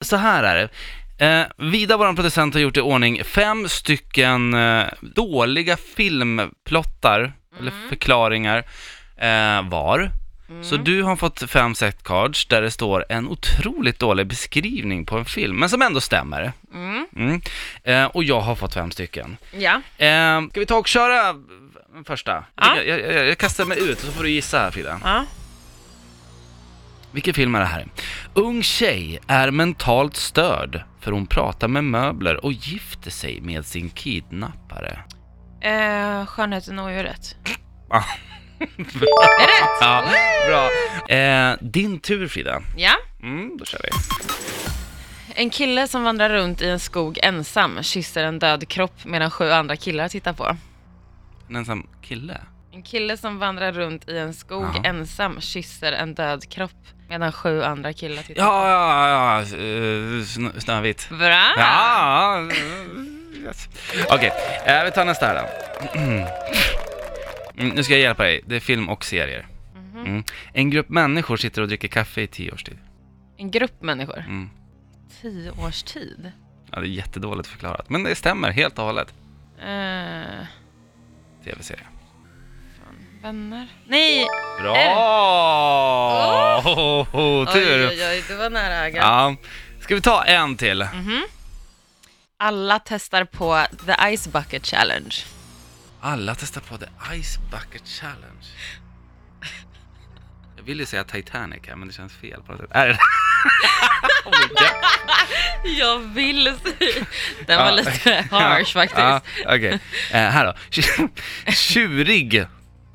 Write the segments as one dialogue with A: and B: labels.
A: så här är det. Eh, Vida, vår producent, har gjort i ordning fem stycken eh, dåliga filmplottar, eller
B: Mm.
A: förklaringar, eh, var. Så du har fått fem set cards där det står en otroligt dålig beskrivning på en film, men som ändå stämmer.
B: Mm.
A: Mm. Eh, och jag har fått fem stycken.
B: Ja.
A: Eh, ska vi ta och köra den första?
B: Ja.
A: Jag, jag, jag, jag kastar mig ut, så får du gissa här Frida.
B: ja.
A: Vilken film är det här? Ung tjej är mentalt störd för hon pratar med möbler och gifter sig med sin kidnappare.
B: Eh, skönheten och odjuret.
A: Ah.
B: Är det rätt?
A: Ja, bra. Eh, din tur Frida.
B: Ja.
A: Mm, då kör vi.
B: En kille som vandrar runt i en skog ensam kysser en död kropp medan sju andra killar tittar på.
A: En ensam kille.
B: En kille som vandrar runt i en skog
A: Jaha.
B: ensam kysser en död kropp medan sju andra killar tittar
A: Ja, ja, ja, ja. eh, Snö- Snövit.
B: på. Bra!
A: Ja! Yes. Okej, eh, vi tar nästa här då. Mm, nu ska jag hjälpa dig. Det är film och serier. Mm. En grupp människor sitter och dricker kaffe i tio års tid.
B: En grupp människor.
A: Mm.
B: Tio års tid.
A: Ja, det är jättedåligt förklarat, men det stämmer helt och hållet.
B: Eh,
A: Tv-serie.
B: vänner? Nej!
A: Bra!
B: Är det?
A: Oh! tur!
B: Oj, oj, oj, det var nära ögat.
A: Ja. Ska vi ta en till?
B: Alla testar på The Ice Bucket Challenge.
A: Alla testar på The Ice Bucket Challenge. Jag ville ju säga Titanic här, men det känns fel på något sätt. Är det oh my God.
B: Jag vill se. Den var
A: Ja.
B: lite harsh faktiskt.
A: Ja, Okej, eh, här då. Tjurig,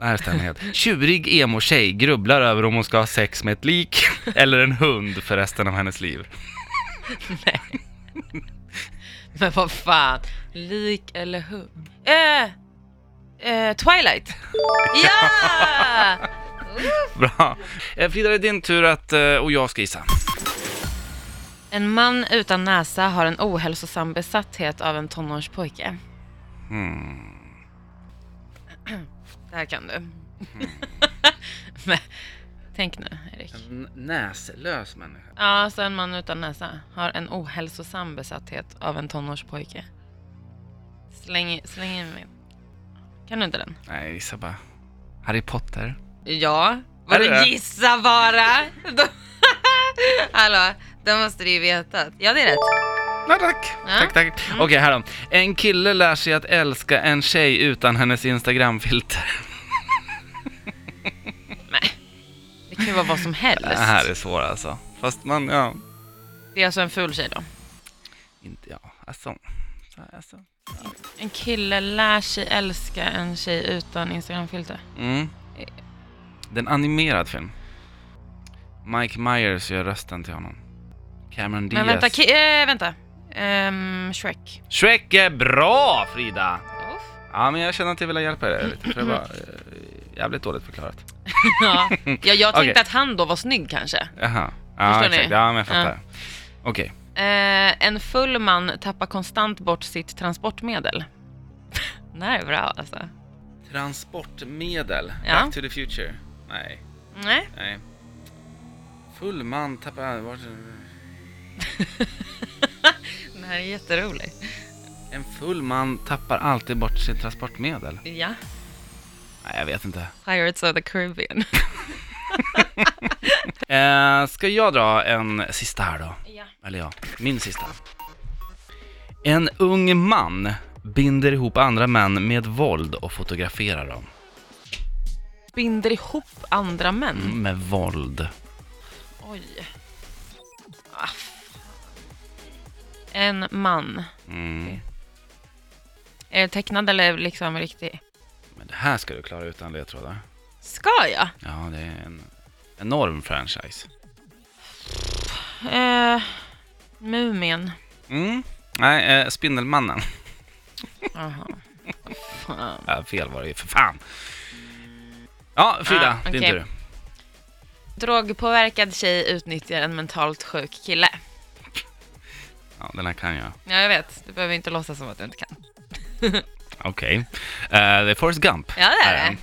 A: här stämmer helt. Tjurig emo-tjej grubblar över om hon ska ha sex med ett lik eller en hund för resten av hennes liv.
B: Men vad fan. Lik eller hund? Eh, eh, Twilight. Ja!
A: Bra. Eh, Frida, det är din tur att, eh, och jag ska gissa.
B: En man utan näsa har en ohälsosam besatthet av en tonårspojke.
A: Hmm.
B: Det här kan du.
A: Hmm.
B: Men, tänk nu, Erik.
A: En näslös människa.
B: Ja, så en man utan näsa har en ohälsosam besatthet av en tonårspojke. Släng, släng in mig. Kan du inte den?
A: Nej, gissa bara. Harry Potter.
B: Ja,
A: Är det
B: vadå
A: det?
B: gissa bara? De- Hallå, det måste du ju veta. Ja, det är rätt.
A: Nej, tack.
B: Ja. Mm.
A: tack, tack. Okej, här då. En kille lär sig att älska en tjej utan hennes Instagram-filter.
B: Det kan ju vara vad som helst.
A: Det här är svårt alltså. Fast man, ja.
B: Det är alltså en ful tjej då.
A: Inte, ja, alltså. Så här, alltså.
B: En kille lär sig älska en tjej utan Instagramfilter.
A: Mm. Den animerad film. Mike Myers gör rösten till honom. Cameron Diaz.
B: Men vänta, ki- eh, vänta. Ehm, Shrek.
A: Shrek är bra Frida!
B: Uff.
A: Ja men jag känner att jag vill hjälpa dig där lite för det var eh, jävligt dåligt förklarat.
B: Ja, ja, jag tänkte
A: Okej.
B: att han då var snygg kanske.
A: Jaha. Ja,
B: Förstår
A: exakt.
B: ni?
A: Ja men jag fattar. Okej.
B: Eh, en full man tappar konstant bort sitt transportmedel. Den här är bra alltså.
A: Transportmedel.
B: Ja.
A: Back to the future. Nej,
B: Nej.
A: nej. Full man tappar... vart-
B: Den här är jätterolig.
A: En full man tappar alltid bort sitt transportmedel.
B: Ja.
A: Nej jag vet inte.
B: Pirates of the Caribbean.
A: Eh, ska jag dra en sista här då?
B: Ja.
A: Eller ja, min sista. En ung man binder ihop andra män med våld och fotograferar dem.
B: Binder ihop andra män.
A: Mm, Med våld.
B: Oj. Ah, fan. en man.
A: Mm.
B: Är det tecknad eller liksom riktig?
A: Men det här ska du klara utan ledtrådar.
B: Ska jag?
A: Ja, det är en enorm franchise.
B: Eh, mumien.
A: Mm. Nej, eh, Spindelmannen.
B: Jaha. Fan.
A: Ja, fel var det ju, för fan. Ja, Frida,
B: Ah,
A: din
B: okej.
A: tur.
B: Drogpåverkad tjej utnyttjar en mentalt sjuk kille.
A: Ja, den här kan jag.
B: Ja, jag vet. Du behöver inte låtsas som att du inte kan.
A: Okej. Eh, det är Forrest Gump.
B: Ja, det är
A: Här
B: det.
A: den.